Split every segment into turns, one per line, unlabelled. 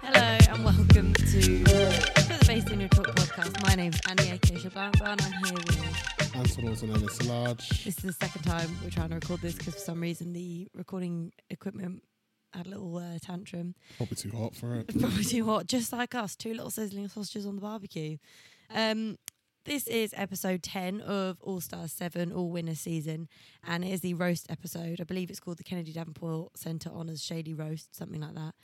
Hello and welcome to, to the Based in Your Talk podcast. My name's Annie Akosha Blanca and I'm here with.
Anton, also known as Large.
This is the second time we're trying to record this because for some reason the recording equipment had a little uh, tantrum.
Probably too hot for it.
Probably too hot, just like us, two little sizzling sausages on the barbecue. Um, this is episode 10 of All Star 7 All Winner season and it is the roast episode. I believe it's called the Kennedy Davenport Centre Honours Shady Roast, something like that.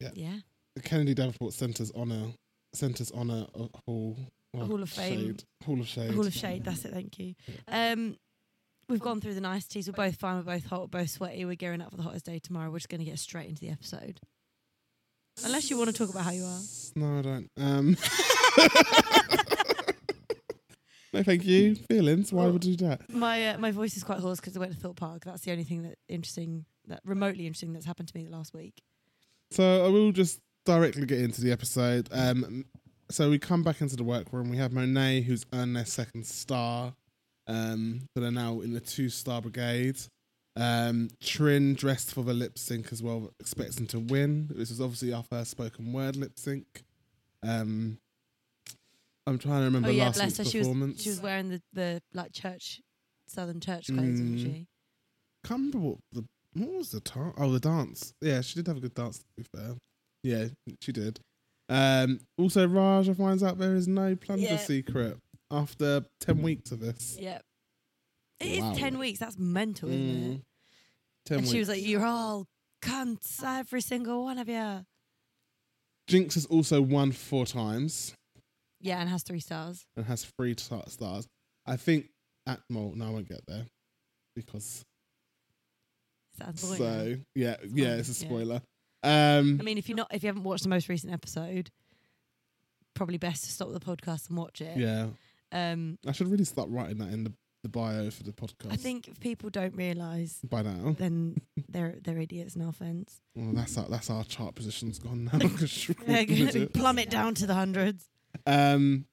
Yeah.
Yeah.
The Kennedy Davenport Center's honor, Center's honor of hall, well,
Hall of Fame.
shade, hall of shade.
Hall of Shade. That's it. Thank you. Um, we've gone through the niceties. We're both fine. We're both hot. We're both sweaty. We're gearing up for the hottest day tomorrow. We're just going to get straight into the episode. Unless you want to talk about how you are.
No, I don't. Um, no, thank you. Feelings. Why would you do that?
My uh, my voice is quite hoarse because I went to Thorpe Park. That's the only thing that interesting, that remotely interesting that's happened to me the last week.
So I will just directly get into the episode. Um, so we come back into the workroom. We have Monet, who's earned their second star. Um, so they're now in the two star brigade. Um, Trin dressed for the lip sync as well, expecting to win. This is obviously our first spoken word lip sync. Um, I'm trying to remember
oh yeah,
last
bless her.
week's
She
performance.
was she was wearing the, the like church, southern church clothes, wasn't
Mm.
she?
can't remember what the what was the dance? Oh, the dance. Yeah, she did have a good dance. To be fair, yeah, she did. Um, also, Raja finds out there is no plunger
Yeah.
secret after ten weeks of this.
Yep. It is
Wow.
ten weeks. That's mental, isn't it?
Mm. Ten
and
weeks.
she was like, "You're all cunts, every single one of you."
Jinx has also won four times
Yeah, and has three stars.
and has three ta- stars. I think Atmol. No, I won't get there because
Sounds boring.
so yeah, yeah,
fine,
it's a
yeah.
spoiler.
I
Um,
mean, if you're not, if you haven't watched the most recent episode, probably best to stop the podcast and watch it.
yeah,
Um,
I should really start writing that in the, the bio for the podcast.
I think if people don't realise,
by now.
then they're they're idiots. No offense.
Well, that's our, that's our chart position's gone now. 'cause
They're going to
we're-
plummet down to the hundreds.
um,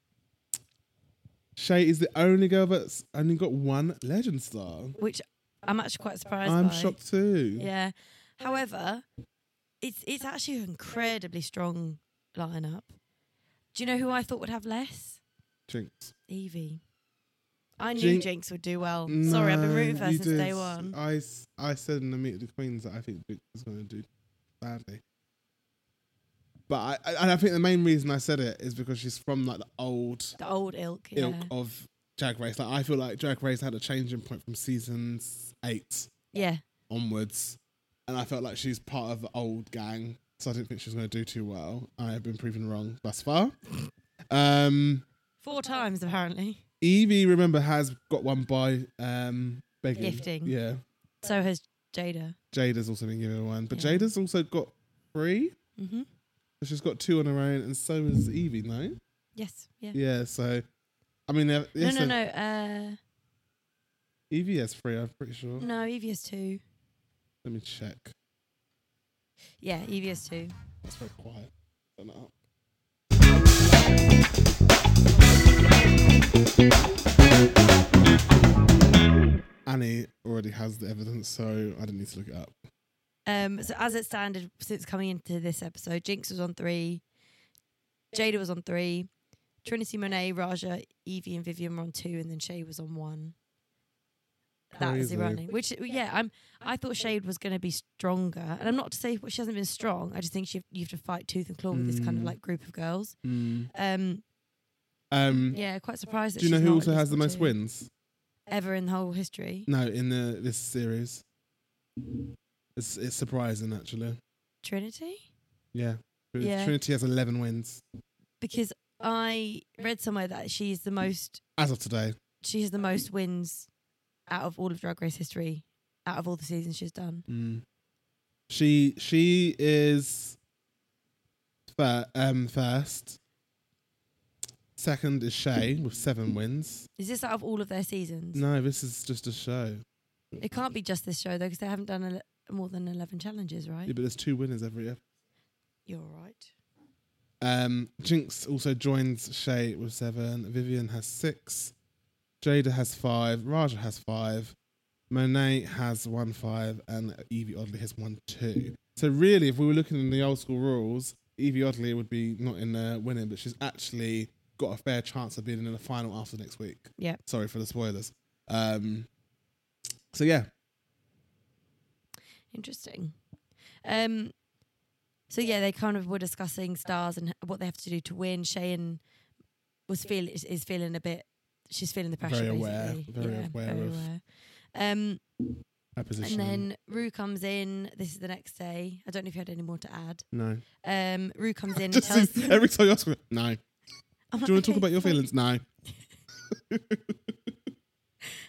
Shay is the only girl that's only got one legend star.
which I'm actually quite surprised.
I'm
by.
shocked too.
Yeah. However, it's it's actually an incredibly strong lineup. Do you know who I thought would have less?
Jinx.
Evie. I knew
Jin-
Jinx would do well. Sorry, I've been
No,
rooting for her
you
since day
did.
one.
I, s- I said in the Meet the Queens that I think Jinx is going to do badly. But I, I, and I think the main reason I said it is because she's from like the old
The old ilk, yeah.
ilk of Drag Race. Like I feel like Drag Race had a changing point from season eight
Yeah.
onwards, and I felt like she's part of the old gang, so I didn't think she was going to do too well. I have been proven wrong thus far. Um,
Four times apparently.
Evie, remember, has got one by um, begging.
Gifting.
Yeah,
So has Jada.
Jada's also been given one, but
Yeah.
Jada's also got three.
Mm-hmm.
So she's got two on her own, and so has Evie. No,
Yes. Yeah.
yeah. So, I mean, they're- yes,
no, no,
they're-
no. Uh,
Evie has three. I'm pretty sure.
no, Evie has two.
Let me check.
Yeah, Evie has two.
That's very quiet. Turn it up. Annie already has the evidence, so I didn't need to look it up.
Um, so as it standard since coming into this episode, Jinx was on three, Jada was on three, Trinity Monet, Raja, Evie, and Vivian were on two, and then Shay was on one. That is
Crazy.
the running. Which yeah, I'm. I thought Shade was going to be stronger, and I'm not to say she hasn't been strong. I just think she you have to fight tooth and claw with this kind of
Mm.
like group of girls.
Mm.
Um,
Um,
yeah, quite surprised. That
do you know
she's
who
not
also
at
has the
least
most
two
wins?
ever in the whole history?
No, in the this series. It's it's surprising actually.
Trinity.
Yeah. Tr-
Yeah.
Trinity has eleven wins
Because I read somewhere that she's the most
as of today.
she has the most wins out of all of Drag Race history, out of all the seasons she's done.
Mm. She she is fir- um, first. Second is Shay with seven wins.
Is this out of all of their seasons?
No, this is just a show.
It can't be just this show though, because they haven't done ele- more than eleven challenges, right?
Yeah, but there's two winners every episode.
You're right.
Um, Jinx also joins Shay with seven. Vivian has six. Jada has five. Raja has five. Monet has one five, and Evie Oddly has one two. So really, if we were looking in the old school rules, Evie Oddly would be not in the winning, but she's actually got a fair chance of being in the final after next week.
Yep.
Sorry for the spoilers. Um, so yeah,
Interesting. Um, so yeah, they kind of were discussing stars and what they have to do to win. Shane was feel is, is feeling a bit. She's feeling the pressure.
Very aware,
basically.
very aware
very
of-
aware. Um,
her position.
and then Rue comes in. This is the next day. I don't know if you had any more to add.
no.
Um, Rue comes in and
Just
tells.
seems- every time you ask me, no.
I'm
Do
like,
you want to
"Okay,
talk about your
fine."
feelings? No.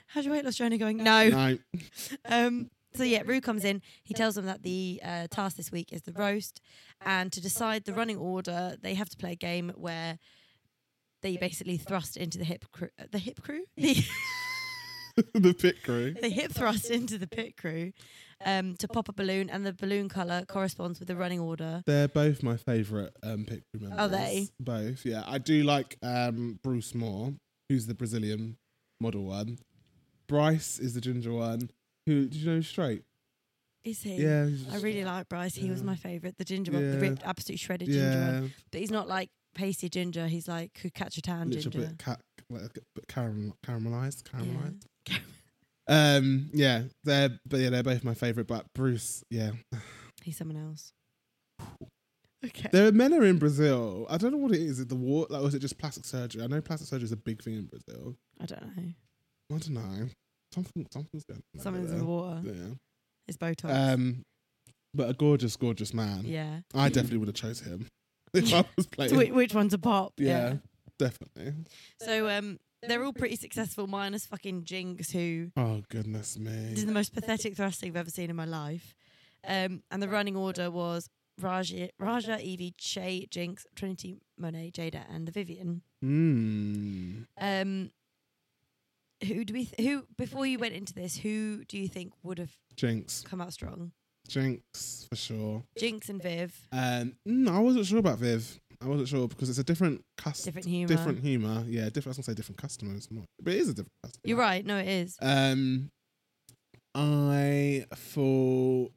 How's your weight loss journey going? No.
No.
Um, so yeah, Rue comes in. He tells them that the uh, task this week is the roast, and to decide the running order, they have to play a game where they basically thrust into the hip crew, uh, the hip crew, the,
the pit crew.
the hip thrust into the pit crew, um, to pop a balloon, and the balloon color corresponds with the running order.
They're both my favourite um, pit crew members.
Are they?
Both, yeah. I do like um, Bruce Moore, who's the Brazilian model one. Bryce is the ginger one. Who did you know? he's Straight.
Is he?
Yeah. he's just-
I really like Bryce. He was
Yeah.
my favorite. The ginger one, the
Yeah.
ripped, absolute shredded ginger one.
Yeah.
But he's not like pasty ginger. He's like could catch a tan
Little
ginger.
bit, ca- like, a bit caram- caramelized,
Yeah.
caramelized. Um, yeah. They're, but yeah, they're both my favourite. But Bruce, yeah,
He's someone else. Okay.
There are men are in Brazil. I don't know what it is. Is it the war? Like, or is it just plastic surgery? I know plastic surgery is a big thing in Brazil.
I don't know.
I don't know. Something, something's going on.
Something's in the
over
water.
there.
It's Botox.
Yeah. Um, but a gorgeous, gorgeous man.
yeah.
I definitely would have chose him if I was playing.
So whi- which one's a pop?
yeah, definitely.
So um, they're all pretty successful, minus fucking Jinx, who
Oh goodness
did
me.
the most pathetic thrusting I've ever seen in my life. Um, and the running order was Raja, Raja, Evie, Che, Jinx, Trinity, Monet, Jada, and the Vivian.
Mm.
Um, who do we? Th- who before you went into this? Who do you think would have
Jinx,
come out strong?
Jinx for sure.
Jinx and Viv,
Um, mm, I wasn't sure about Viv. I wasn't sure because it's a different customer.
different humor.
Different humor, yeah. Different. I was gonna say different customers, but it is a different customer.
You're right. No, it is.
Um, I thought.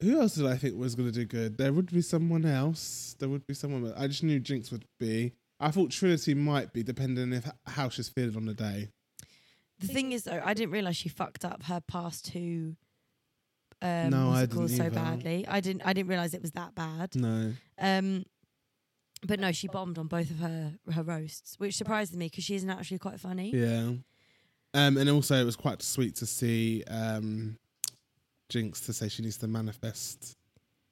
Who else did I think was going to do good? There would be someone else. There would be someone. but I just knew Jinx would be. I thought Trinity might be, depending if how she's feeling on the day.
The thing is, though, I didn't realize she fucked up her past two. Um,
No,
what's
I
it called,
didn't
so
either.
badly. I didn't. I didn't realize it was that bad.
No.
Um, but no, she bombed on both of her her roasts, which surprises me because she isn't actually quite funny.
Yeah. Um, and also it was quite sweet to see um, Jinx to say she needs to manifest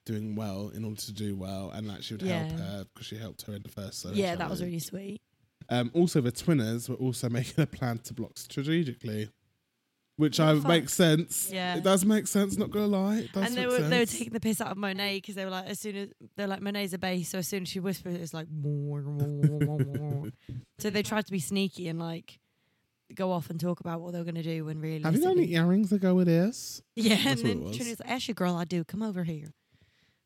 doing well in order to do well, and that she would
Yeah.
help her because she helped her in the first. solo
Yeah, that was
challenge.
really sweet.
Um, also, the twinners were also making a plan to block strategically, which
What
I
the fuck?
makes sense.
Yeah.
It does make sense. Not gonna lie, it does
and they
make
were they were
sense.
taking the piss out of Monet because they were like, as soon as they're like Monet's a bass, so as soon as she whispers, it's like. so they tried to be sneaky and like go off and talk about what they were going to do when really.
Have you got any earrings that go with this?
Yeah,
That's
and
what it
then
was.
Trini was like, Asher girl, I do, come over here.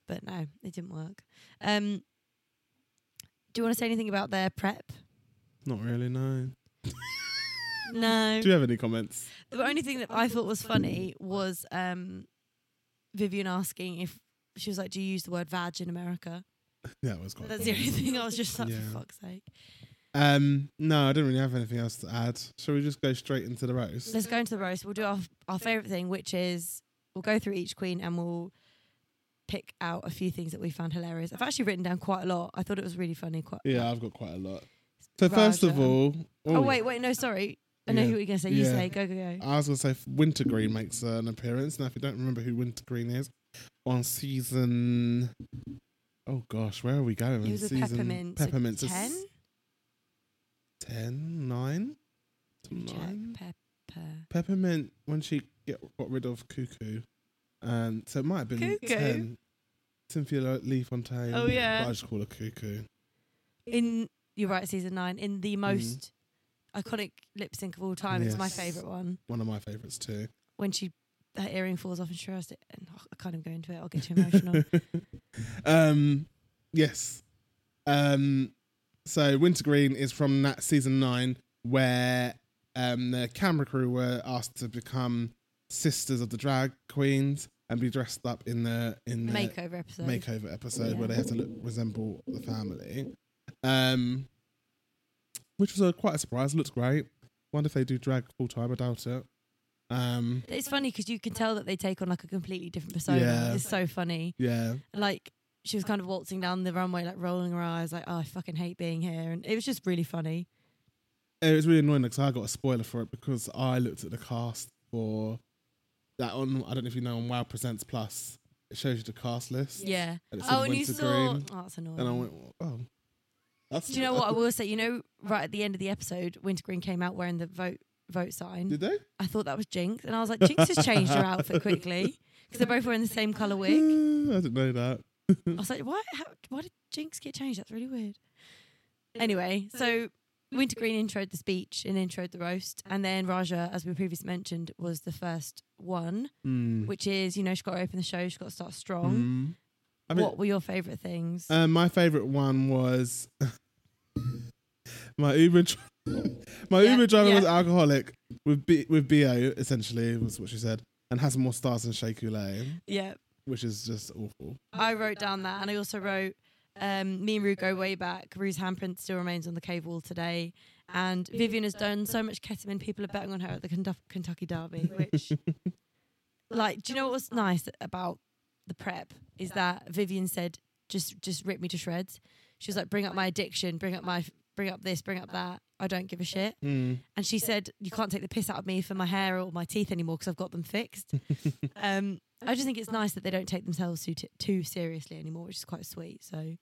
But no, it didn't work. Um, do you want to say anything about their prep?
Not really. No.
No.
Do you have any comments?
The only thing that I thought was funny was um, Vivian asking if she was like, Do you use the word vag in America?
Yeah, it was quite.
That's the
funny.
only thing I was just like,
Yeah.
For fuck's sake.
Um, no, I don't really have anything else to add. Shall we just go straight into the roast?
Let's go into the roast. We'll do our, our favourite thing, which is we'll go through each queen and we'll pick out a few things that we found hilarious. I've actually written down quite a lot. I thought it was really funny. Quite
Yeah, I've got quite a lot. So first of
Raja.
all,
Oh
ooh,
wait, wait, no, sorry. I know
Yeah.
who we're gonna say. You
Yeah.
say, go, go, go.
I was gonna say Wintergreen makes uh, an appearance. Now, if you don't remember who Wintergreen is, on season, oh gosh, where are we going?
He was with
season
Peppermint. so
Peppermint is
Ten.
ten, nine,
Check.
nine.
Pepper.
Peppermint when she get, got rid of Cuckoo Um, so it might have been
Cuckoo.
ten. Cynthia Lo- Lee Fontaine.
Oh, yeah.
But I just call her Cuckoo.
in you're right, season nine, in the most iconic lip sync of all time. It's my
Mm. Yes.
favourite one.
One of my favorites too.
When she her earring falls off and she has it and oh, I can't even go into it, I'll get too emotional.
um, yes. Um, so Wintergreen is from that season nine, where um, the camera crew were asked to become sisters of the drag queens and be dressed up in the in the
Makeover episode.
makeover episode
Yeah.
where they have to look, resemble the family, um, which was a, quite a surprise. Looks great. Wonder if they do drag full time. I doubt it. Um,
It's funny because you can tell that they take on like a completely different persona.
Yeah.
It's so funny.
yeah,
Like she was kind of waltzing down the runway, like rolling her eyes, like, oh, I fucking hate being here. And it was just really funny.
it was really annoying because I got a spoiler for it because I looked at the cast for that on. I don't know if you know on Wow Presents Plus. It shows you the cast list.
Yeah.
And it said
Oh, and you saw. Oh,
Wintergreen.
that's annoying.
And I went, oh, that's.
Do you know what I will say? You know, right at the end of the episode, Wintergreen came out wearing the vote vote sign.
Did they?
I thought that was Jinx, and I was like, Jinx has changed her outfit quickly because they're both wearing the same color wig.
Mm, I didn't know that.
I was like, why? How, why did Jinx get changed? That's really weird. Anyway, so Wintergreen introed the speech and introed the roast, and then Raja, as we previously mentioned, was the first one,
Mm.
which is you know she's got to open the show, she's got to start strong.
Mm. I mean-
what were your favorite things?
Um, my favorite one was my Uber. dri- my
Yeah,
Uber driver
yeah.
was alcoholic with B- with bo essentially was what she said, and has more stars than Shea Coulee,
yeah,
which is just awful.
I wrote down that, and I also wrote, um, me and Rue go way back. Rue's handprint still remains on the cave wall today, and Vivian has done so much ketamine. People are betting on her at the Kendu- Kentucky Derby. Which, like, do you know what was nice about the prep is that Vivian said, "Just, just rip me to shreds." She was like, "Bring up my addiction. Bring up my." Bring up this, bring up that. I don't give a shit.
Mm.
And she said, "You can't take the piss out of me for my hair or my teeth anymore because I've got them fixed." um, I just think it's nice that they don't take themselves too t- too seriously anymore, which is quite sweet. So,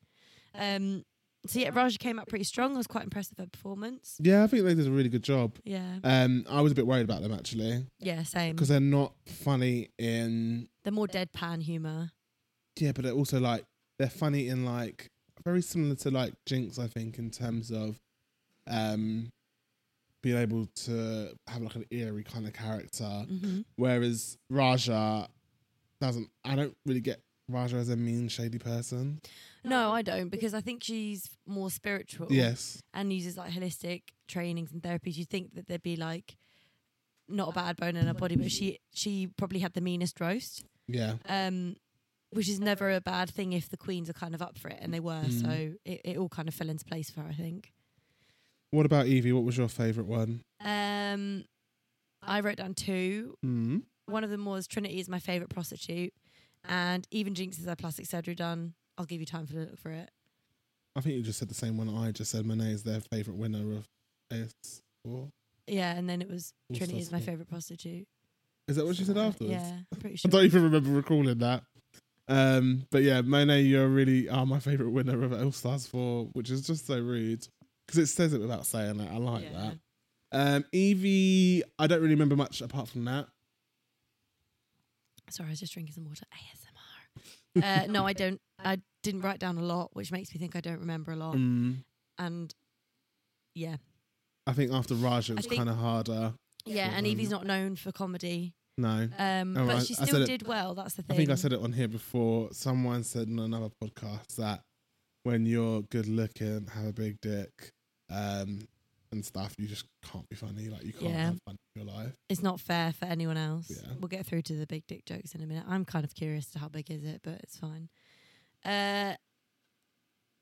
um, so yeah, Raja came out pretty strong. I was quite impressed with her performance.
Yeah, I think they did a really good job.
Yeah,
Um, I was a bit worried about them actually
yeah, same.
because they're not funny in
The more deadpan humor.
yeah, but they're also like they're funny in like very similar to like Jinx, I think, in terms of um being able to have like an eerie kind of character.
hmm
Whereas Raja doesn't. I don't really get Raja as a mean, shady person.
No, I don't because I think she's more spiritual.
Yes.
and uses like holistic trainings and therapies. You'd think that there'd be like not a bad bone in her body, but she she probably had the meanest roast.
Yeah.
um, which is never a bad thing if the queens are kind of up for it, and they were.
Mm.
So it, it all kind of fell into place for her, I think.
What about Evie? What was your favourite one?
Um, I wrote down two.
Mm.
One of them was Trinity is my favourite prostitute, and even Jinx has had plastic surgery done. I'll give you time for to look for it.
I think you just said the same one I just said. Monet is their favourite winner of AS. Or
Yeah, and then it was
All
Trinity is my
suspect.
favourite prostitute.
is that what she said afterwards?
Yeah, I'm pretty
I
sure.
don't even remember recalling that. Um, but yeah, Monet, you're really are my favourite winner of All Stars Four, which is just so rude because it says it without saying it. I like
Yeah.
that. Um, Evie, I don't really remember much apart from that.
Sorry, I was just drinking some water. ASMR. Uh, no, I don't. I didn't write down a lot, which makes me think I don't remember a lot.
Mm.
And yeah,
I think after Raja, it
I
was
think-
kind of harder.
Yeah, and
Um,
Evie's not known for comedy,
No.
um,
Oh,
but
I-
she
I
still
said it-
did well. That's the
I
thing.
think I said it on here before. Someone said in another podcast that when you're good looking, have a big dick, um, and stuff, you just can't be funny. Like you can't
Yeah.
have fun in your life.
it's not fair for anyone else.
Yeah.
We'll get through to the big dick jokes in a minute. I'm kind of curious to how big is it, but it's fine. Uh,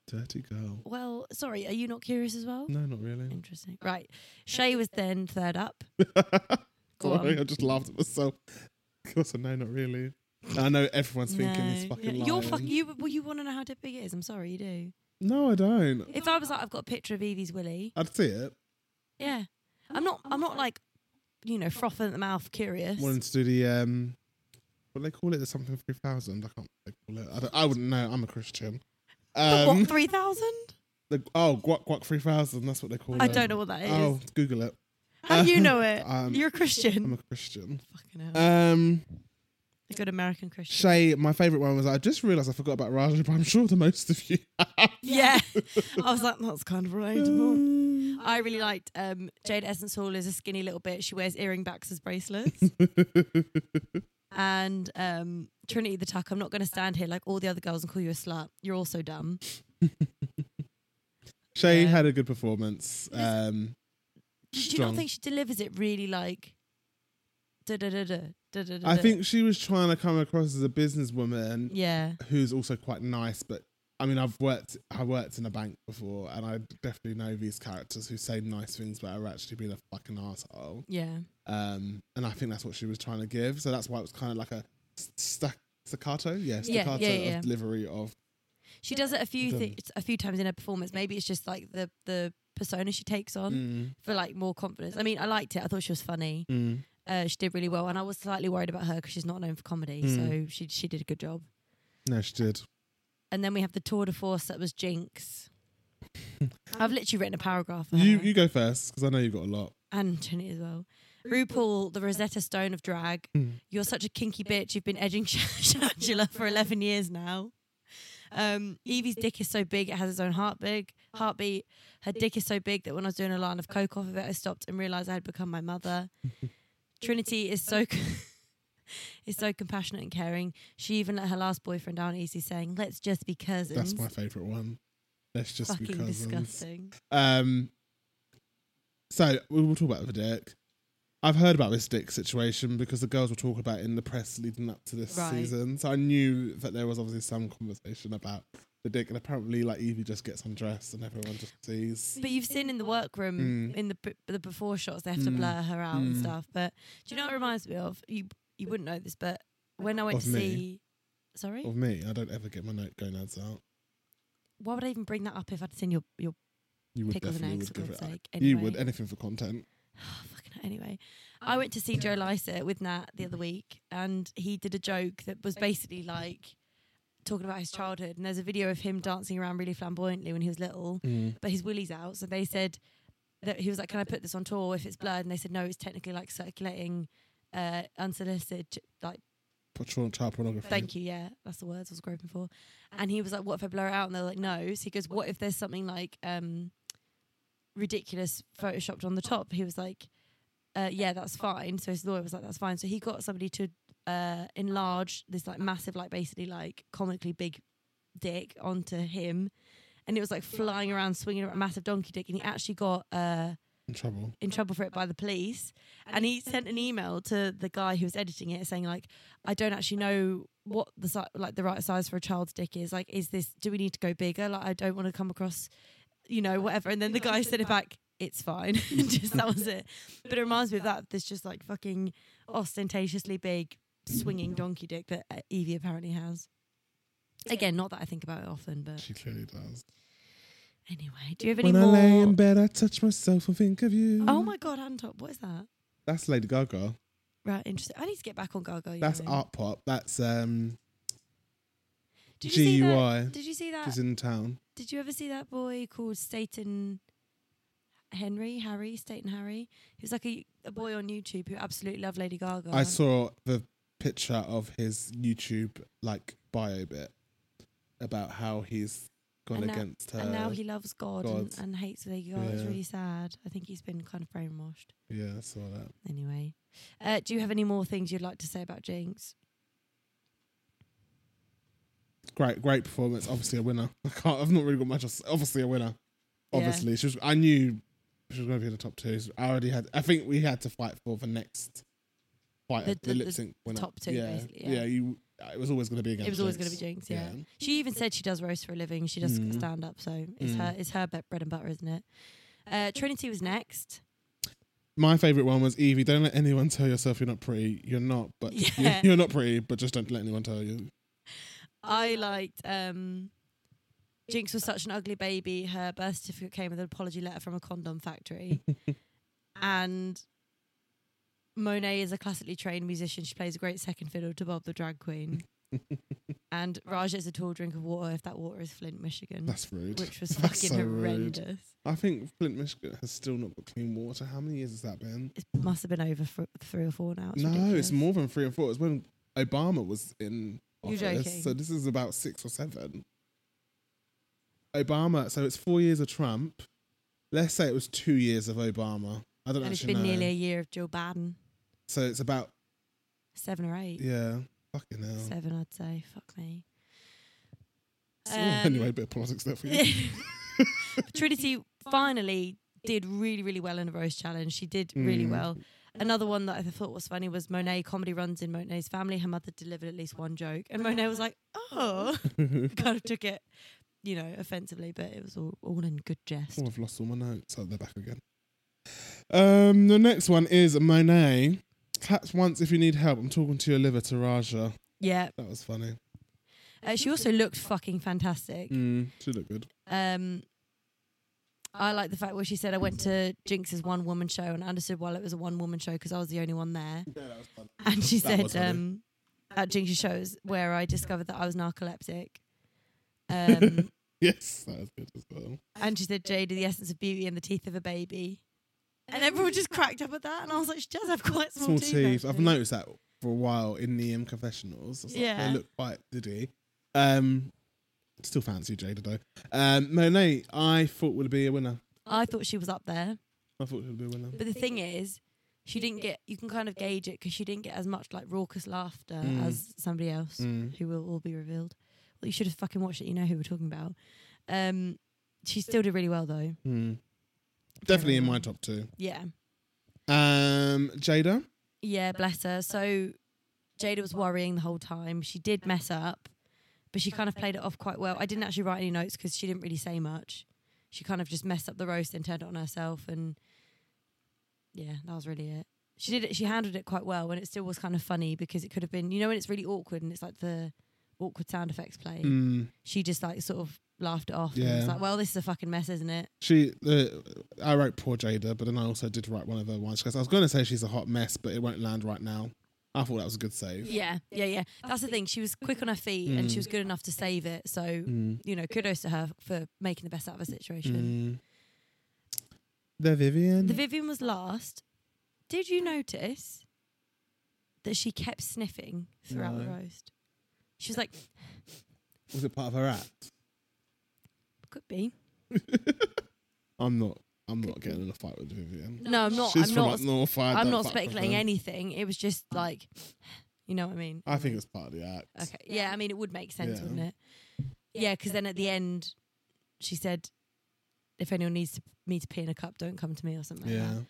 Dirty girl.
well, sorry, are you not curious as well?
No, not really.
Interesting. Right, Shay was then third up. Go on.
Sorry, I just laughed at myself. Also, no, not really. I know everyone's thinking he's
No,
fucking
yeah,
lying.
You're fucking. You well, you want to know how big it is? I'm sorry, you do.
no, I don't.
If I was like, I've got a picture of Evie's willy.
I'd see it.
Yeah, I'm not. I'm not like, you know, frothing at the mouth, curious.
Wanted to do the um, what do they call it? It's something three thousand. I can't. They call it. I, don't, I wouldn't know. I'm a Christian.
But
Um,
what three thousand?
The, oh, guac guac three thousand. That's what they call it.
I don't know what that is.
Oh, Google it.
How do you know it?
Um,
You're a Christian.
I'm a Christian.
Fucking hell.
Um,
A good American Christian.
Shay, my favourite one was I just realised I forgot about Raja, but I'm sure the most of you.
yeah. I was like, that's kind of relatable. I really liked um, Jade Essence Hall is a skinny little bit. She wears earring backs as bracelets. and um, Trinity the Tuck, I'm not going to stand here like all the other girls and call you a slut. You're also dumb.
Shay
Yeah.
had a good performance.
Yes.
Um,
Do you
strong.
not think she delivers it really like da da da da da da da?
I think she was trying to come across as a businesswoman
yeah.
who's also quite nice, but I mean, I've worked, I worked in a bank before, and I definitely know these characters who say nice things but are actually being a fucking asshole.
Yeah.
Um, and I think that's what she was trying to give. So that's why it was kind of like a st- staccato, yeah,
Yeah,
staccato
yeah, yeah.
of delivery of
She does it a few
Dumb.
thi- a few times in her performance. Maybe it's just like the the persona she takes on
Mm,
for like more confidence. I mean, I liked it. I thought she was funny.
mm.
Uh, she did really well, and I was slightly worried about her because she's not known for comedy.
Hmm.
So she she did a good job.
No, she did.
And then we have the tour de force that was Jinx. I've literally written a paragraph. For
You
her.
you go first because I know you've got a lot.
and Trinity as well. RuPaul, the Rosetta Stone of drag. You're such a kinky bitch. You've been edging Shangela for 11 years now. Um, Evie's dick is so big it has its own heartbeat. Heartbeat. Her dick is so big that when I was doing a line of coke off of it, I stopped and realized I had become my mother. Trinity is so is so compassionate and caring. She even let her last boyfriend down easy, saying, "Let's just be cousins."
That's my favorite one. Let's just be
Fucking
cousins.
disgusting.
Um, so we will talk about the dick. I've heard about this dick situation because the girls were talking about it in the press leading up to this
Right.
season. So I knew that there was obviously some conversation about the dick, and apparently, like Evie just gets undressed and everyone just sees.
But you've seen in the workroom in the b- the before shots they have to
Mm.
blur her out and
Mm.
stuff. But do you know what it reminds me of? You you wouldn't know this, but when I went
Of
to
me?
see, sorry,
Of me, I don't ever get my note going ads out.
why would I even bring that up if I'd seen your your
You would
pickles and
definitely
eggs?
would
For
give
God's
it. Up.
sake, anyway.
You would anything for content.
Oh, fucking hell, anyway, I went to see Joe Lycett with Nat the other week, and he did a joke that was basically like talking about his childhood. And there's a video of him dancing around really flamboyantly when he was little, but his willy's out. So they said that he was like, "Can I put this on tour if it's blurred?" And they said, "No, it's technically like circulating uh, unsolicited." ch- Like,
Portrayal child pornography.
thank you, yeah, that's the words I was groping for. And he was like, "What if I blur it out?" And they're like, "No." So he goes, "What if there's something like um, ridiculous photoshopped on the top?" He was like, uh, "Yeah, that's fine." So his lawyer was like, "That's fine." So he got somebody to uh, enlarge this like massive, like basically like comically big dick onto him. And it was like flying around, swinging around, massive donkey dick, and he actually got uh,
In trouble.
in trouble for it by the police. And he sent an email to the guy who was editing it saying like, I don't actually know what the si- like the right size for a child's dick is. Like, is this? Do we need to go bigger? Like, I don't want to come across, you know, whatever. And then the guy sent it back. It's fine. just that was it. But it reminds me of that. This just like fucking ostentatiously big swinging donkey dick that uh, Evie apparently has. Again, not that I think about it often, but
She clearly does.
anyway. Do you have any
When I lay
more?
in bed, I touch myself and think of you.
Oh my god, hand top. What is that?
That's Lady Gaga.
Right, interesting. I need to get back on Gaga. you
That's
know.
art pop. That's um
Did you see that?
GUI.
Did you see
She's
that?
in town.
Did you ever see that boy called Staten Henry, Harry, Staten Harry? He was like a, a boy on YouTube who absolutely loved Lady Gaga.
I saw the picture of his YouTube like bio bit about how he's gone
And now-
against her.
and now he loves God and,
Gods.
and hates Lady Gaga. It's
Yeah.
really sad. I think he's been kind of brainwashed.
yeah, I saw that.
Anyway, uh, do you have any more things you'd like to say about Jinx?
Great, great performance. Obviously a winner. I can't. I've not really got much. else- Obviously a winner.
Yeah.
Obviously, she was. I knew she was going to be in the top two. So I already had. I think we had to fight for the next fight.
The-
The,
the- the
lip sync winner.
top two,
Yeah,
basically, yeah.
yeah. You. uh, It was always going to be against.
It was always
Jinx.
going to be Jinx. Yeah. She even said she does roast for a living. She does
Mm.
stand up, so it's
Mm.
her it's her be- bread and butter, isn't it? Uh, Trinity was next.
My favorite one was Evie. Don't let anyone tell yourself you're not pretty. You're not, but
Yeah. Mm.
you, are not pretty. But just don't let anyone tell you.
I liked um, Jinx was such an ugly baby. Her birth certificate came with an apology letter from a condom factory, and Monet is a classically trained musician. She plays a great second fiddle to Bob the drag queen, and Raja is a tall drink of water if that water is Flint, Michigan,
That's rude.
which was
That's
fucking
so rude.
horrendous.
I think Flint, Michigan has still not got clean water. How many years has that been?
It must have been over for three or four now. It's
no,
ridiculous.
it's more than three or four. It's when Obama was in
You're
office.
joking.
So this is about six or seven. Obama, so it's four years of Trump. Let's say it was two years of Obama. I don't
and it's
actually
been
know.
nearly a year of Joe Biden.
so it's about
Seven or eight.
yeah, fucking hell.
Seven, I'd say. Fuck me.
So
Um,
anyway, a bit of politics there for you.
Trinity finally did really, really well in a roast challenge. She did really
Mm.
well. Another one that I thought was funny was Monet comedy runs in Monet's family. Her mother delivered at least one joke, and Monet was like, "Oh," kind of took it, you know, offensively, but it was all, all in good jest.
Oh, I've lost all my notes. Oh, they're back again. Um, the next one is Monet. Claps once if you need help. I'm talking to your liver, Taraja.
Yeah,
That was funny.
uh, she also looked fucking fantastic.
Mm, she looked good.
Um, I like the fact where she said I went to Jinx's one woman show and I understood why it was a one woman show because I was the only one there.
Yeah, that was fun.
And she
That was
said
funny.
um, at Jinx's shows where I discovered that I was narcoleptic. Um,
Yes, that was good as well.
and she said Jade is the essence of beauty and the teeth of a baby. And everyone just cracked up at that, and I was like, she does have quite small,
Small teeth. I've
actually.
noticed that for a while in the um, confessionals. It's like,
Yeah.
they look quite diddy. Um, still fancy Jada though. Um, Monet, I thought would be a winner.
I thought she was up there,
I thought she would be a winner.
but the thing is, she didn't get. You can kind of gauge it because she didn't get as much like raucous laughter
Mm.
as somebody else.
Mm.
who will all be revealed. Well, you should have fucking watched it. You know who we're talking about. Um, she still did really well though.
Mm. Definitely in my top two.
Yeah,
Um, Jada.
yeah, bless her. So Jada was worrying the whole time. She did mess up, but she kind of played it off quite well. I didn't actually write any notes because she didn't really say much. She kind of just messed up the roast and turned it on herself, and yeah, that was really it. She did it. She handled it quite well, and it still was kind of funny because it could have been, you know, when it's really awkward and it's like the awkward sound effects play.
Mm.
she just like sort of laughed it off. Yeah. And
Yeah.
was like, well, this is a fucking mess, isn't it?
She, the, I wrote poor Jada, but then I also did write one of her ones. She goes, I was going to say she's a hot mess, but it won't land right now. I thought that was a good save.
Yeah. Yeah, yeah. That's the thing. She was quick on her feet and she was good enough to save it. So,
Mm.
you know, kudos to her for making the best out of a situation.
Mm. The Vivian.
The Vivian was last. Did you notice that she kept sniffing throughout the
No.
roast? She was like,
was it part of her act?
could be.
I'm not. I'm not getting in a fight with Vivian.
No, I'm not.
She's
I'm
from
not.
up north. I
I'm
don't
not
fuck with
speculating
her.
anything. It was just like, you know what I mean?
I think it's part of the act.
Okay. Yeah, I mean, it would make sense,
Yeah.
wouldn't it? Yeah, because then at the end, she said, "If anyone needs to, me to pee in a cup, don't come to me" or something.
Yeah.
Like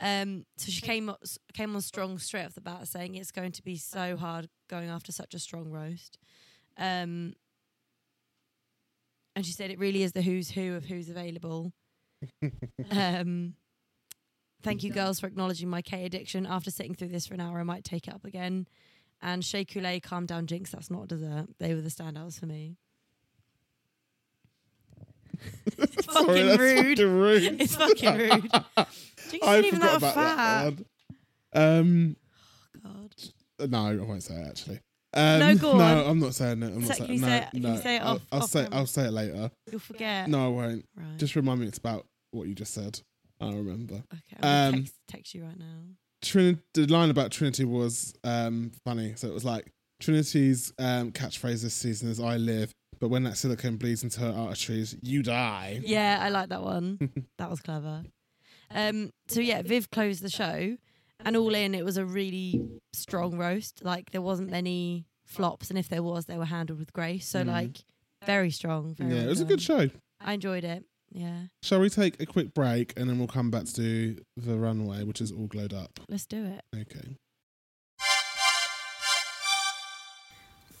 that. Um. So she came up- came on strong straight off the bat, saying it's going to be so hard going after such a strong roast. Um. And she said it really is the who's who of who's available. um. Thank you, girls, for acknowledging my K addiction. After sitting through this for an hour, I might take it up again. And Shea Coulee, Calm Down Jinx, that's not a dessert. They were the standouts for me. it's fucking
Sorry, that's
rude.
fucking rude.
It's fucking rude. Jinx
I
isn't even
forgot
that
about
fat.
that one. Um.
God.
No, I won't say it actually. Um,
No, go
no, I'm not saying it. I'm
Say-
not
can you
saying no,
say it- can
no.
you say it
I'll,
off-
I'll
off
say.
camera?
I'll say it later.
You'll forget.
No, I won't.
Right.
Just remind me. It's about what you just said. I remember.
okay, I'm gonna
um,
text, text you right now.
Trinity. The line about Trinity was um, funny. So it was like Trinity's um, catchphrase this season is "I live," but when that silicone bleeds into her arteries, you die.
Yeah, I like that one. that was clever. Um, so yeah, Viv closed the show, and all in, it was a really strong roast. Like there wasn't many flops, and if there was, they were handled with grace. So
Mhm.
like, very strong. Very
yeah,
well
it was a good
done.
show.
I enjoyed it. Yeah,
Shall we take a quick break and then we'll come back to do the runway, which is all glowed up?
let's do it.
Okay.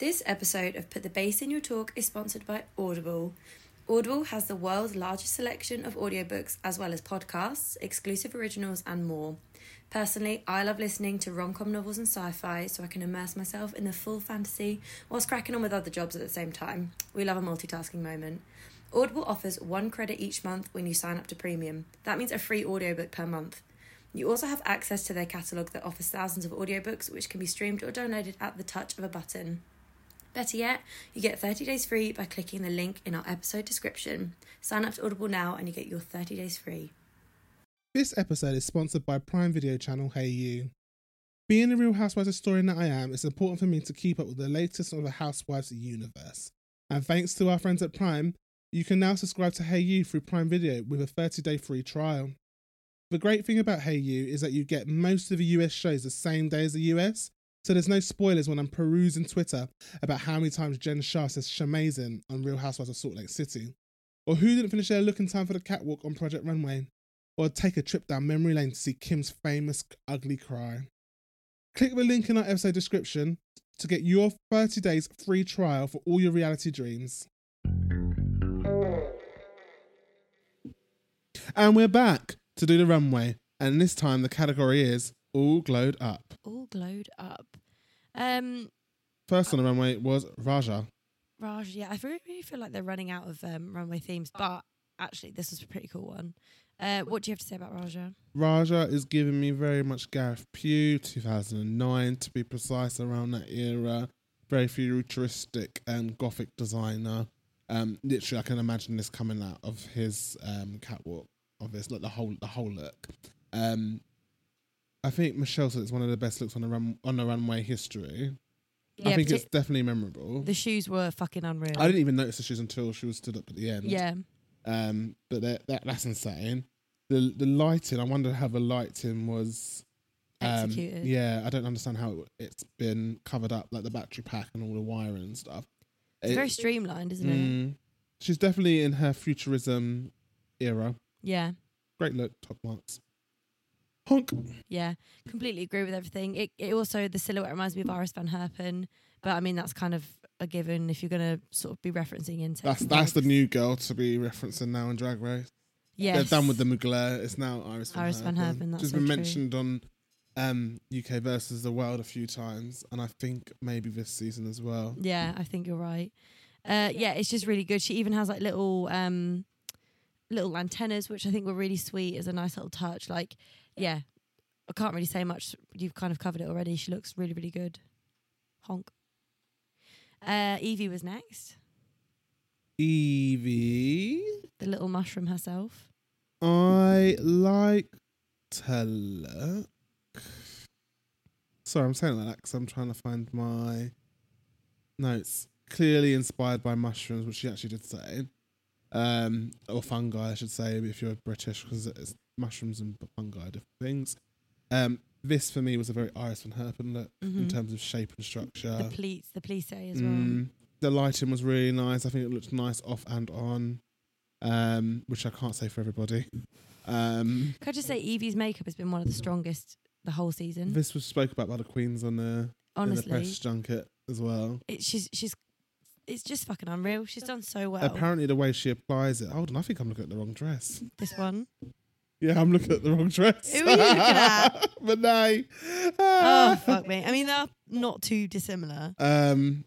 This episode of Put the Bass in Your Talk is sponsored by Audible. Audible has the world's largest selection of audiobooks as well as podcasts, exclusive originals, and more. Personally, I love listening to rom com novels and sci fi so I can immerse myself in the full fantasy whilst cracking on with other jobs at the same time. We love a multitasking moment. Audible offers one credit each month when you sign up to premium. That means a free audiobook per month. You also have access to their catalogue that offers thousands of audiobooks which can be streamed or downloaded at the touch of a button. Better yet, you get 30 days free by clicking the link in our episode description. Sign up to Audible now and you get your 30 days free.
This episode is sponsored by Prime Video channel Hey You. Being a Real Housewives historian that I am, it's important for me to keep up with the latest of the Housewives universe. And thanks to our friends at Prime, you can now subscribe to Hey You through Prime Video with a 30 day free trial. The great thing about Hey You is that you get most of the US shows the same day as the US, so there's no spoilers when I'm perusing Twitter about how many times Jen Shah says shamazin on Real Housewives of Salt Lake City, or who didn't finish their look in time for the catwalk on Project Runway, or take a trip down memory lane to see Kim's famous ugly cry. Click the link in our episode description to get your 30 days free trial for all your reality dreams. And we're back to do the runway, and this time the category is all glowed up.
All glowed up. Um,
First on the runway was Raja.
Raj, yeah, I really, really feel like they're running out of um, runway themes, but actually, this was a pretty cool one. Uh, what do you have to say about Raja?
Raja is giving me very much Gareth Pugh, 2009 to be precise, around that era. Very futuristic and gothic designer. Um, literally, I can imagine this coming out of his um, catwalk of this, like the whole the whole look. Um, I think Michelle said it's one of the best looks on the run on the runway history. I think it's definitely memorable.
the shoes were fucking unreal.
I didn't even notice the shoes until she was stood up at the end.
yeah,
Um, but that, that that's insane. The the lighting, I wonder how the lighting was um,
executed.
Yeah, I don't understand how it, it's been covered up, like the battery pack and all the wiring and stuff.
It's
It-
very streamlined, isn't it?
Mm. she's definitely in her futurism era.
Yeah,
Great look, top marks. Honk.
yeah. Completely agree with everything. It, it also the silhouette reminds me of Iris Van Herpen, but I mean that's kind of a given if you're gonna sort of be referencing into.
That's that's the new girl to be referencing now in Drag Race.
Yes.
They're done with the Mugler. It's now Iris Van
Iris Van Herpen, that's
She's
so
been
true.
mentioned on um, UK versus the world a few times, and I think maybe this season as well.
Yeah, I think you're right. Uh, yeah, it's just really good. She even has like little um, little antennas, which I think were really sweet as a nice little touch. Like, yeah, I can't really say much. You've kind of covered it already. She looks really, really good. Honk. Uh, Evie was next,
Evie,
the little mushroom herself.
I like to look. Sorry, I'm saying it like that because I'm trying to find my notes. Clearly inspired by mushrooms, which she actually did say, um, or fungi, I should say, if you're British, because mushrooms and fungi are different things. Um, this for me was a very Iris Van Herpen look in
Mhm.
terms of shape and structure.
The pleats, the plisse as well.
Uh, Mm. the lighting was really nice. I think it looked nice off and on, um, which I can't say for everybody. Um,
Can I just say Evie's makeup has been one of the strongest the whole season.
this was spoke about by the Queens on the, in the
Honestly,
press junket as well.
it, she's she's it's just fucking unreal. She's done so well.
Apparently, the way she applies it. Hold on, I think I'm looking at the wrong dress.
this one.
Yeah, I'm looking at the wrong dress.
Who are you looking at?
but no.
oh fuck me! I mean, they're not too dissimilar. And
Um,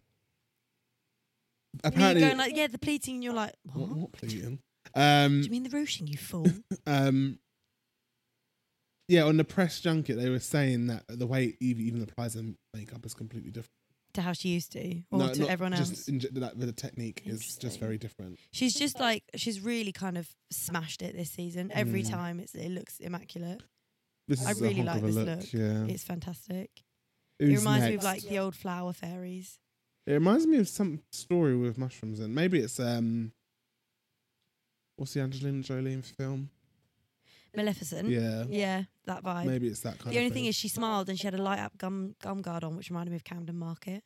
you're
apparently,
going like, yeah, the pleating, and you're like, what?
what, what pleating?
Do
Um,
you mean the ruching, you fool?
um yeah on the press junket they were saying that the way evie even applies her makeup is completely different
to how she used to, or to
not
everyone else.
just inje- that the technique is just
Interesting.
very different
she's just like, she's really kind of smashed it this season. Every
Mm.
time, it's it looks immaculate.
this
I
is
really
a honk
like
of a
this
look,
look.
yeah
It's fantastic. it
Who's
reminds me of
next?
like the old flower fairies.
it reminds me of some story with mushrooms and maybe it's um what's the angelina jolie film
Maleficent.
yeah
Yeah, that vibe.
maybe it's that kind
The
of
only thing is, she smiled and she had a light up gum gum guard on, which reminded me of Camden Market.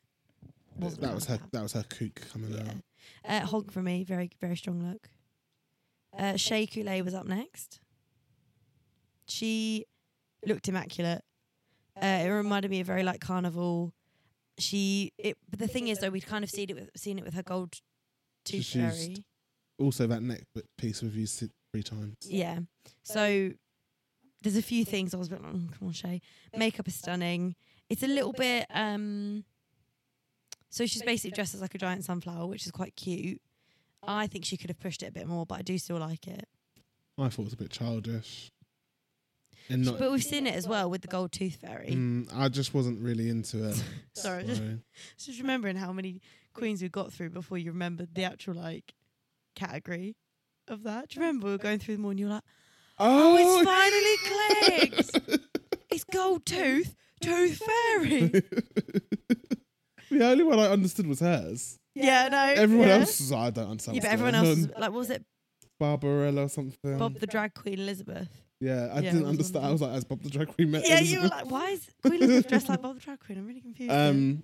Wasn't
that was her
like that.
that was her kook coming
Yeah.
out
Uh, Hog for me, very very strong look. Uh, Shea Coulee was up next. She looked immaculate. Uh, it reminded me of very like carnival. She, it, but the thing is though, we'd kind of seen it with seen it with her gold
She-
tooth
she's-
fairy.
also that neck piece we've used it three times
Yeah. So there's a few things I was a bit like, "Mm, come on, Shay. Makeup is stunning. It's a little bit um so she's basically dressed as like a giant sunflower, which is quite cute. I think she could have pushed it a bit more, but I do still like it.
i thought it was a bit childish and not
but we've seen it as well with the gold tooth fairy.
Mm, I just wasn't really into it.
Sorry, just,
Sorry.
just remembering how many queens we got through before you remembered the actual like category of that. Do you remember we were going through Oh,
Oh,
them all and you were like, Oh, it's finally clicked. It's gold tooth Tooth Fairy.
the only one I understood was hers.
yeah, no.
Everyone
yeah.
else was I don't understand.
Yeah, but
what's
everyone
going
else, is,
on.
like, what was it?
Barbarella or something.
Bob the Drag Queen Elizabeth.
yeah,
Yeah,
I
it
didn't
was
understand.
one
I was like, as Bob the Drag Queen met.
Yeah, you were
uh,
like,
Elizabeth.
why is Queen Elizabeth dressed like Bob the Drag Queen? I'm really confused. there.
Um,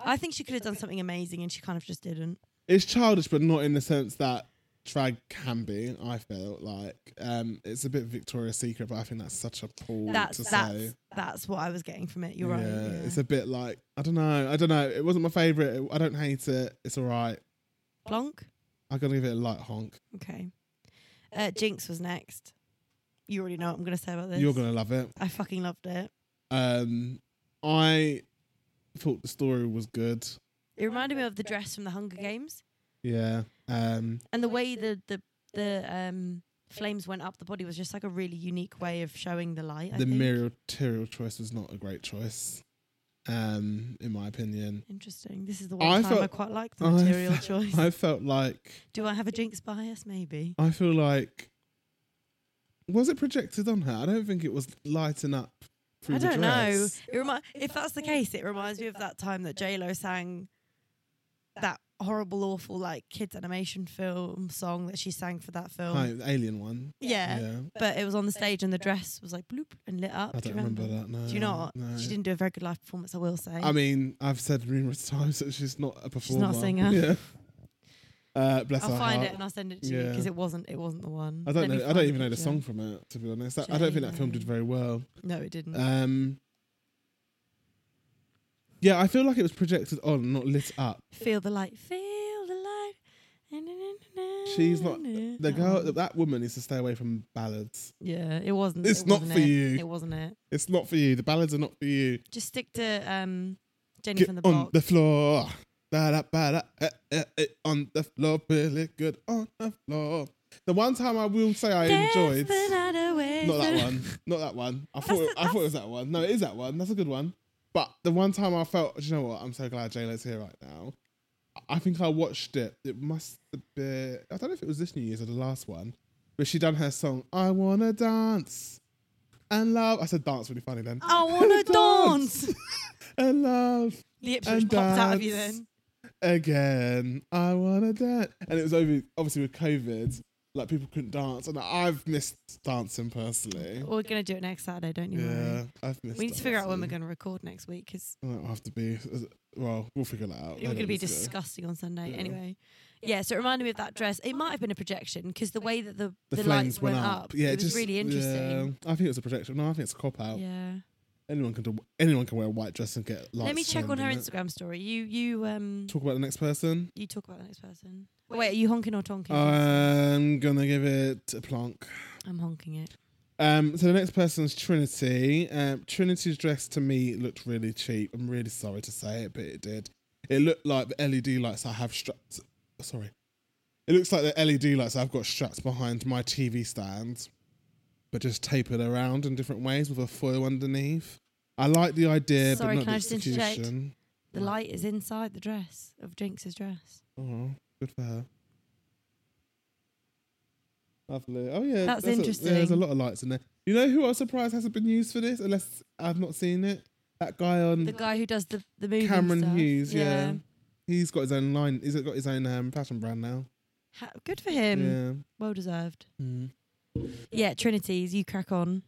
I think she could have done something amazing and she kind of just didn't.
it's childish, but not in the sense that drag can be. I feel like um, it's a bit Victoria's Secret, but I think that's such a pull
That's
to
that's
say.
that's what I was getting from it. You're
yeah,
right. yeah.
it's a bit like I don't know. I don't know. It wasn't my favorite. I don't hate it. It's all right.
Blanc.
I gotta give it a light honk.
Okay. Uh, Jinx was next. You already know what I'm going to say about this.
You're gonna love it.
I fucking loved it.
Um, I thought the story was good.
It reminded me of the dress from the Hunger Games
Yeah. Um,
and the way the the the um flames went up the body was just like a really unique way of showing the light. I
the
think.
material choice was not a great choice, um, in my opinion.
Interesting. This is the one
I
time
felt-
I quite like the
I
material
felt-
choice.
I felt like
Do I have a Jinx bias? Maybe.
I feel like was it projected on her? I don't think it was lighting up. Through
I
the
don't know.
dress.
It remi- if that's the case, it reminds me of that time that J Lo sang that horrible, awful like kids animation film song that she sang for that film.
Hi, the alien one.
Oh. Yeah,
Yeah.
but it was on the stage and the dress was like bloop and lit up.
I
Do
don't
you
remember
remember?
that. No.
Do you not?
No.
She didn't do a very good live performance, I will say.
I mean, I've said numerous times that she's not a performer.
She's not a singer.
Yeah. Uh, bless
I'll
her
find
heart.
it and I'll send it to you 'cause
Yeah.
you because it wasn't it wasn't the one.
I don't
Let me
know. I
find
don't even know the
picture.
song from it, to be honest. I I don't think that film did
Jane.
very well.
No, it didn't.
Um, yeah, I feel like it was projected on, not lit up.
feel the light, feel the light. Na, na, na, na,
She's not-
na.
The
That
girl,
one.
that woman, needs to stay away from ballads.
Yeah, it wasn't.
It's
it
not
wasn't
for
it.
you.
It wasn't it.
It's not for you. The ballads are not for you.
Just stick to um, Jenny
Get
from the
on
block.
the floor. Da, da, ba, da, eh, eh, eh, on the floor, really good on the floor. The one time I will say I
Dance
enjoyed,
the night away.
not that one, not that one. I thought, it,
That's-
I thought it was that one. No, it is that one. That's a good one. But the one time I felt, "Do you know what? I'm so glad J Lo's here right now. I think I watched it. It must have been. I don't know if it was this New Year's or the last one, but she done her song. I wanna dance and love. I said dance really funny then.
I wanna
Dance.
dance.
And love
The Lips
And
which popped out of you
dance.
then.
again. I wanna dance. And it was over obviously with COVID, like people couldn't dance. And I've missed dancing personally.
We're gonna do it next Saturday, don't you? worry.
Yeah, I've missed.
We need to figure out when we're
dancing.
going to record next week because
That'll have to be. Well, we'll figure Oh, that out.
we're
I
going to
don't
be
need to go.
disgusting on Sunday
Yeah.
anyway. Yeah, so it reminded me of that dress. It might have been a projection because the way that the,
The,
the,
flames
lights went up,
Yeah,
it was
just-
really interesting.
yeah. I think it was a projection. No, I think it's a cop
Yeah.
out. Anyone can do. Anyone can wear a white dress and get lights.
Let me check
from
on her
it.
Instagram story. You you um
Talk about the next person.
you talk about the next person. Wait, are you honking or tonking?
Uh, I'm gonna give it a plonk.
I'm honking it.
Um, so the next person's Trinity. Um, Trinity's dress to me looked really cheap. I'm really sorry to say it, but it did. It looked like the LED lights I have strapped. Sorry, it looks like the LED lights I've got strapped behind my TV stand, but just tapered around in different ways with a foil underneath. I like the idea,
Sorry,
but not
can
the
I just interject?
execution.
The light is inside the dress of Jinx's dress.
Oh, good for her. Lovely. Oh yeah,
That's
a- yeah, there's a
interesting.
lot of lights in there. You know who I was surprised hasn't been used for this, unless I've not seen it. That guy on
The guy who does the the movie.
Mm. Cameron Hughes. Yeah. he's got his own line. He's got his own um, fashion brand now.
Ha- good for him. Well deserved.
yeah. Mm.
Yeah, Trinity's. You crack on.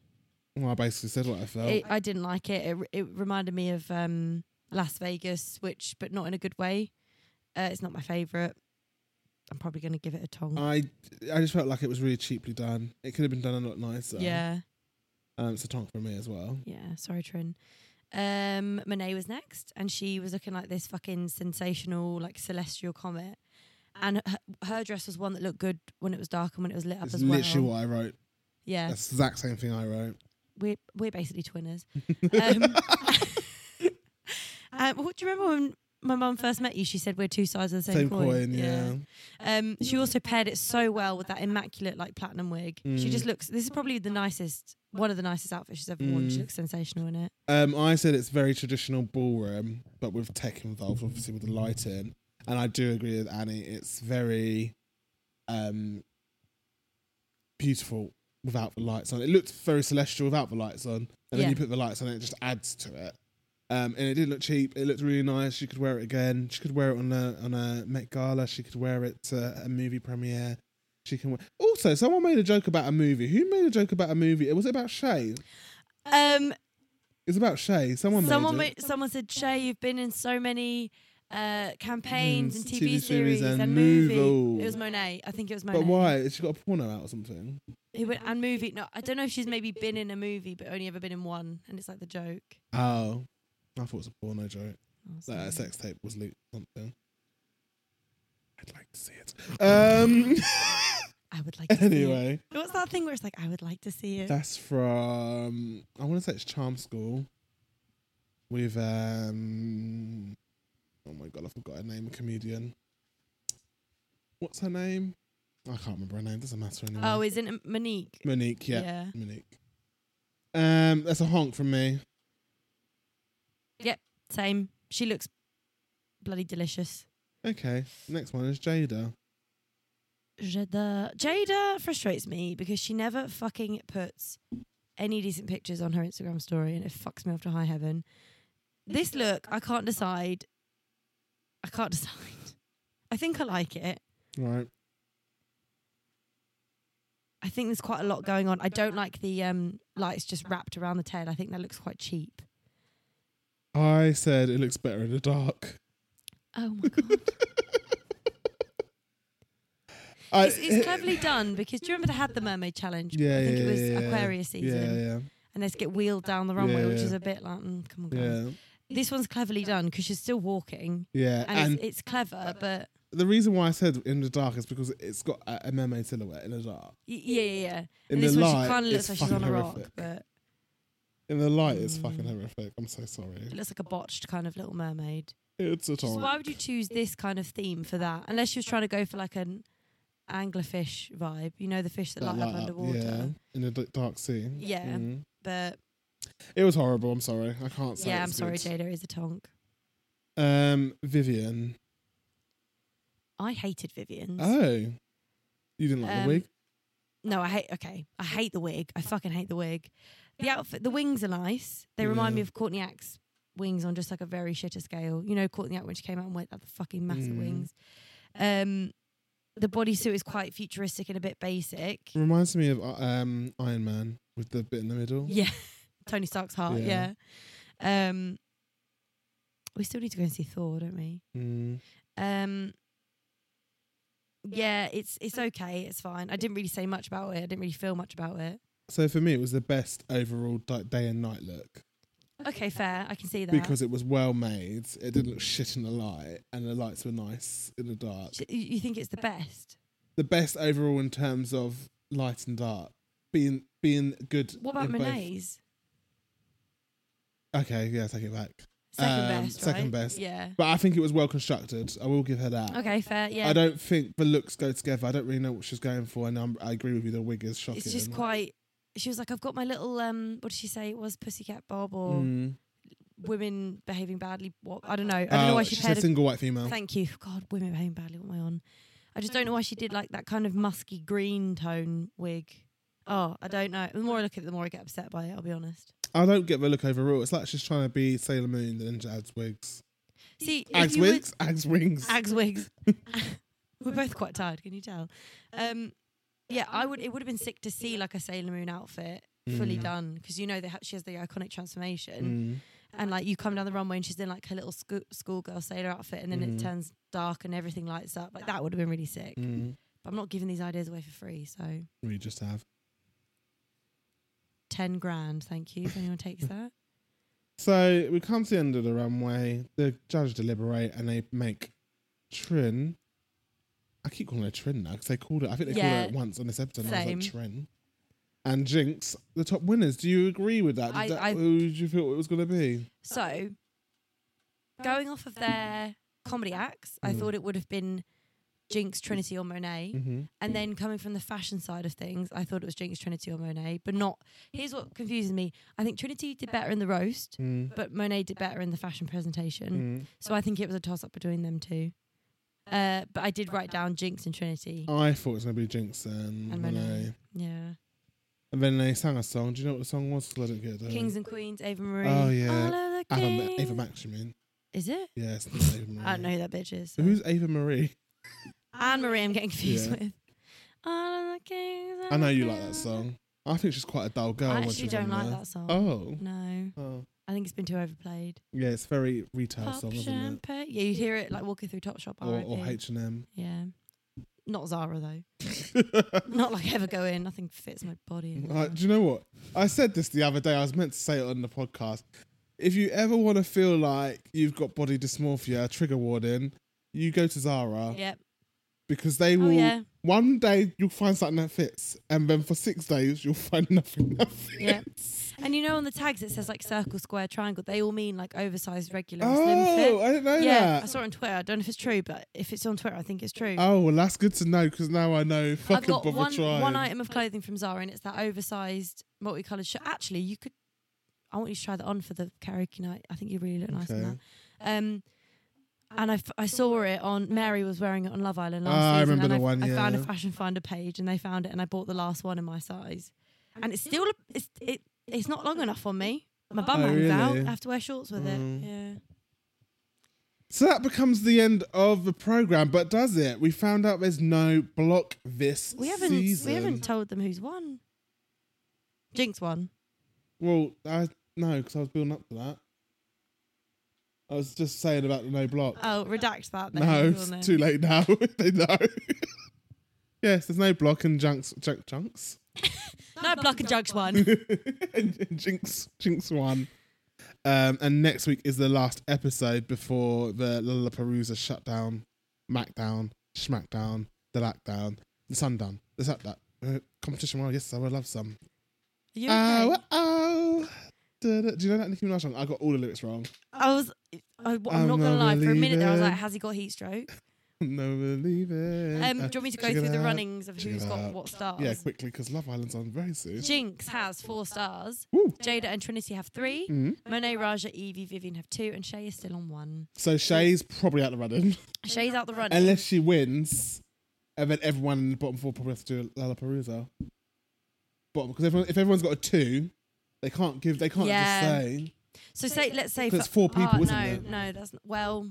Well, I basically said what I felt.
It, I didn't like it. It, re- it reminded me of um, Las Vegas, which, but not in a good way. Uh, it's not my favorite. I'm probably going to give it a tongue.
I I just felt like it was really cheaply done. It could have been done a lot nicer.
yeah,
Um, it's a tonk for me as well.
yeah. Sorry, Trin. Um, Monet was next, and she was looking like this fucking sensational, like celestial comet. And her, her dress was one that looked good when it was dark and when it was lit up
It's
as well.
literally what I wrote.
yeah,
That's the exact same thing I wrote.
we're we're basically twinners. Um, um, what do you remember when my mum first met you? She said we're two sides of the
Same,
same,
coin, yeah.
Um, she also paired it so well with that immaculate like platinum wig.
Mm.
She just looks. This is probably the nicest, one of the nicest outfits she's ever
Mm.
worn. She looks sensational in it.
Um, I said it's very traditional ballroom, but with tech involved, obviously with the lighting. And I do agree with Annie. It's very um, beautiful without the lights on. It looked very celestial without the lights on. and then
Yeah.
you put the lights on it, it just adds to it. Um, and it did look cheap. It looked really nice. She could wear it again. She could wear it on a on a Met Gala. She could wear it to a movie premiere. She can wear. Also, someone made a joke about a movie. Who made a joke about a movie? Was it about Shay?
Um,
It's about Shay. Someone,
someone
made it.
ma- someone said, Shay, you've been in so many uh, campaigns and
Mm,
TV,
TV
series and, movie. It was Monet. I think it was Monet.
but why? Has She got a porno out or something.
It went, and movie. No, I don't know if she's maybe been in a movie, but only ever been in one, and it's like the joke.
Oh, I thought it was a porno joke.
Oh,
That
sorry.
a sex tape was leaked or something. I'd like to see it. Um.
I would like. To anyway,
anyway,
see it. what's that thing where it's like I would like to see it?
that's from I want to say it's Charm School with um. Oh my god, I forgot her name. A comedian. What's her name? I can't remember her name. Doesn't matter anymore.
Oh, isn't it Monique?
Monique. Yeah, Monique. Um, that's a honk from me.
Same. She looks bloody delicious.
Okay, next one is Jada.
Jada. Jada frustrates me because she never fucking puts any decent pictures on her Instagram story, and it fucks me off to high heaven. This look, I can't decide. I can't decide. I think I like it.
Right.
I think there's quite a lot going on. I don't like the um, lights just wrapped around the tail. I think that looks quite cheap.
I said it looks better in the dark.
Oh my god!
I-
it's, it's cleverly done because do you remember they had the mermaid challenge?
Yeah,
I think
yeah,
it was
yeah, yeah.
Aquarius season,
Yeah,
and they just get wheeled down the runway,
Yeah,
which
yeah.
is a bit like, mm, come on,
yeah,
guys.
yeah,
This one's cleverly done because she's still walking,
yeah.
and,
And,
it's, it's clever, but
the reason why I said in the dark is because it's got a, a mermaid silhouette in the dark.
y- yeah, yeah, yeah.
In
and this
the
one,
light,
she kind of
it's
looks like she's on
fucking
a rock,
horrific.
but
In the light, it's fucking
Mm.
horrific. I'm so sorry.
it looks like a botched kind of Little Mermaid.
It's a
Just
time.
why would you choose this kind of theme for that? Unless she was trying to go for like an anglerfish vibe, you know, the fish that, light, up underwater.
yeah, in the d- dark sea.
Yeah.
Mhm.
But
It was horrible. I'm sorry. I can't say.
yeah, I'm
it's
sorry,
good.
Jada is a tonk.
Um, Vivian.
I hated Vivian's.
Oh, you didn't like
Um,
the wig?
No, I hate. Okay, I hate the wig. I fucking hate the wig. The outfit, the wings are nice. They remind
Yeah.
me of Courtney Act's wings on just like a very shitter scale. You know, Courtney Act when she came out and went that fucking massive
Mm.
wings. Um, the bodysuit is quite futuristic and a bit basic.
Reminds me of uh, um Iron Man with the bit in the middle.
Yeah. Tony Stark's heart, yeah.
Yeah.
Um we still need to go and see Thor, don't we?
Mm.
Um yeah, it's it's okay, it's fine. I didn't really say much about it. I didn't really feel much about it.
So for me, it was the best overall di- day and night look
Okay, fair. I can see that.
because it was well made. It didn't look shit in the light, and the lights were nice in the dark.
Sh- you you think it's the best?
The best overall in terms of light and dark being being good.
What about
in both-
Monet's?
Okay, yeah, take it back.
Second
Um,
best, right?
second best.
Yeah.
But I think it was well constructed. I will give her that.
Okay, fair. Yeah.
I don't think the looks go together. I don't really know what she's going for, and I'm, I agree with you. The wig is shocking.
it's just quite she was like, I've got my little um what did she say? It was Pussycat Bob or
Mm.
women behaving badly what I don't know. I don't know why
Oh,
she
she's
paired
a
a
single white female.
Thank you. God, women behaving badly. What am I on? I just don't know why she did like that kind of musky green tone wig. Oh, I don't know. The more I look at it, the more I get upset by it. I'll be honest.
I don't get the look overall. It's like she's trying to be Sailor Moon, then she adds wigs.
See, if
Ags
you were-
wigs? Ags wings.
Ags wigs. We're both quite tired. Can you tell? Um, yeah, I would. It would have been sick to see like a Sailor Moon outfit fully
Mm.
done because you know they ha- she has the iconic transformation,
Mm.
and like you come down the runway and she's in like her little sco- schoolgirl sailor outfit, and then it
Mm.
turns dark and everything lights up. Like that would have been really sick.
Mm.
But I'm not giving these ideas away for free, so.
We just have.
10 grand, thank you, if anyone takes that.
So we come to the end of the runway. The judge deliberate and they make Trin. I keep calling her Trin now because they called it. I think they
Yeah.
called it once on this episode. And I was
Same.
like Trin. And Jinx, the top winners. Do you agree with that? Did
I-
that
I-
who did you feel it was going to be?
So, going off of their comedy acts, I
Mm.
thought it would have been Jinx, Trinity, or Monet.
Mm-hmm.
And then coming from the fashion side of things, I thought it was Jinx, Trinity, or Monet, but not. Here's what confuses me I think Trinity did better in the roast,
Mm.
but Monet did better in the fashion presentation.
Mm.
So, I think it was a toss up between them two. Uh, but I
Oh,
did write down Jinx and Trinity.
I thought it was going to be Jinx and,
And Monet.
Monet.
Yeah.
And then they sang a song. Do you know what the song was? 'Cause I didn't get it.
Kings and Queens, Ava Marie.
Oh, yeah.
All of the
Ava,
kings.
Ma- Ava Max, you mean?
Is it?
Yeah, it's not Ava Marie.
I don't know who that bitch is.
So who's Ava Marie?
Anne Marie, I'm getting confused
Yeah.
with. All of the kings.
I know you
and
like that
queens.
song. I think she's quite a dull girl.
I
when
actually
she's
don't
on
like
there.
that song.
Oh.
No,
oh.
I think it's been too overplayed.
Yeah, it's very retail
Pop
song, isn't it?
champagne. Yeah, you'd hear it like walking through Topshop.
Or,
RIP.
or H&M.
Yeah. Not Zara though. Not like I ever go in. Nothing fits my body. in
Uh,
Zara.
do you know what? I said this the other day. I was meant to say it on the podcast. If you ever want to feel like you've got body dysmorphia, trigger warning, you go to Zara
Yep.
because they will.
Oh yeah.
One day you'll find something that fits, and then for six days you'll find nothing that fits.
Yep. And you know on the tags it says like circle, square, triangle. They all mean like oversized, regular, and slim
Oh,
fit.
I didn't know
Yeah, I
that.
saw it on Twitter. I don't know if it's true, but if it's on Twitter, I think it's true.
Oh, well, that's good to know because now I know.
I've
Fucking
got
bother
one,
trying.
one item of clothing from Zara, and it's that oversized, multicolored shirt. Actually, you could. I want you to try that on for the karaoke night. I think you really look nice in
Okay.
that. Um, and I, f- I saw it on. Mary was wearing it on Love Island last
Ah, I
season.
remember
and
the
I,
one,
I found a
yeah.
fashion finder page, and they found it, and I bought the last one in my size. And it's still it's it, it's not long enough on me. My bum
Oh,
hangs out.
really?
I have to wear shorts with
Mm.
it. Yeah.
So that becomes the end of the program, but does it? We found out there's no block this
We haven't
season.
we haven't told them who's won. Jinx won.
Well, I no, because I was building up to that. I was just saying about the no block.
Oh, redact that. Then
no,
Go on
it's
then.
too late now. they know. yes, there's no block and junks, junk chunks,
No, Block and Jugs won.
and jinx, jinx one. Um, and next week is the last episode before the Lollapalooza shutdown, Mackdown, Schmackdown, the Lackdown, the Sundown, the Sundown. Uh, competition well, yes, I would love some.
You okay?
Oh, oh. Da, da. Do you know that Nicki Minaj song? I got all the lyrics wrong.
I was. I, am not
I'm not
gonna lie. For a minute there, I was
believing.
like, "Has he got heat stroke?"
no, believe
Um, do you
it. Uh,
want me to go
check it
through the
out.
runnings of
Check
who's
it
got
out.
what stars?
Yeah, quickly, because Love Island's on very soon.
Jinx has four stars.
Woo.
Jada and Trinity have 3
Mhm.
Monet, Raja, Evie, Vivian have two, and Shay is still on one.
So Shay's probably out the running,
Shay's out the running.
unless she wins, and then everyone in the bottom four probably has to do Lollapalooza. But because everyone, if everyone's got a two, they can't give. They can't
Yeah.
just say.
So say, let's say
'Cause
for-
it's four people,
oh,
isn't
no,
it?
No, that's not, well.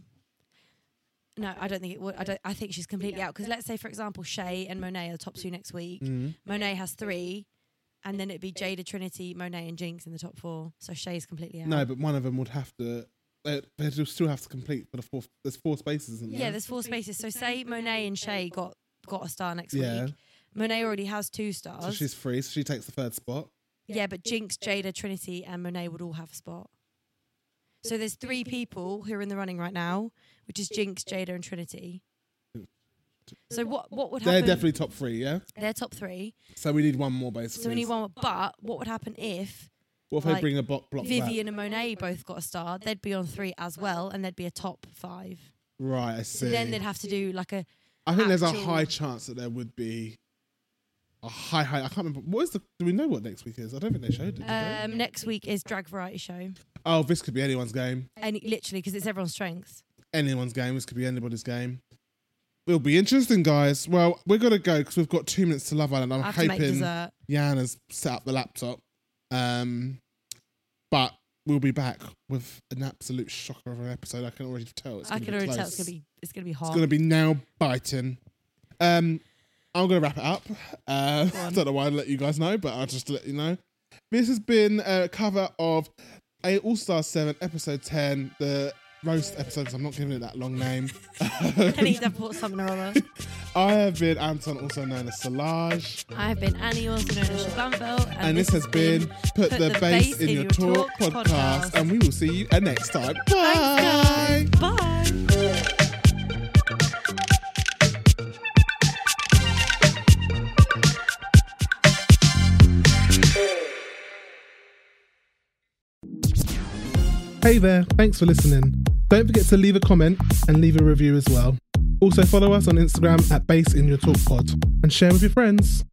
No, I don't think it would. I don't. I think she's completely out because let's say, for example, Shay and Monet are the top two next week.
Mm.
Monet has three, and then it'd be Jada, Trinity, Monet, and Jinx in the top four. So Shay's completely out.
No, but one of them would have to. They they'd still have to complete for the fourth. There's four spaces, isn't
Yeah,
there?
there's four spaces. So say Monet and Shay got got a star next
yeah.
week. Monet already has two
So
stars.
she's free. So she takes the third spot.
yeah, but Jinx, Jada, Trinity, and Monet would all have a spot. So there's three people who are in the running right now, which is Jinx, Jada, and Trinity. So what what would
They're
happen?
definitely top three. Yeah.
They're top three.
So we need one more basically.
So we need one. more. But what would happen if
What if they
like,
bring the block block back?
Vivian and Monet both got a star? They'd be on three as well, and they'd be a top five.
Right, I
So
see.
then they'd have to do like a
I think there's a
actual-
high chance that there would be a high high. I can't remember what is the. Do we know what next week is? I don't think they showed it. did they?
um, next week is drag variety show,
Oh, this could be anyone's game.
and it- literally because it's everyone's strengths.
Anyone's game. This could be anybody's game. It'll be interesting, guys. Well, we're gonna go because we've got two minutes to Love Island. I'm
I have to make
hoping
dessert.
Yana's set up the laptop. Um, but we'll be back with an absolute shocker of an episode. I can already tell. It's
I
gonna
can
be
already tell
close.
it's gonna be it's gonna be hot.
It's gonna be now biting. Um, I'm gonna wrap it up. Uh,
Go
I
on.
don't know why I let you guys know, but I'll just let you know. This has been a cover of a All Star Seven episode ten, the roast episode. 'cause I'm not giving it that long name.
I need to put something or other.
I have been Anton, also known as Solage,
I've been Annie, also known as Blanville, and,
and this has been Put, the, Bass in, Your Talk, podcast, and we will see you uh, next time. Bye.
Thanks, guys. Bye.
Hey there, thanks for listening. Don't forget to leave a comment and leave a review as well. Also, follow us on Instagram at Base in Your Talk Pod and share with your friends.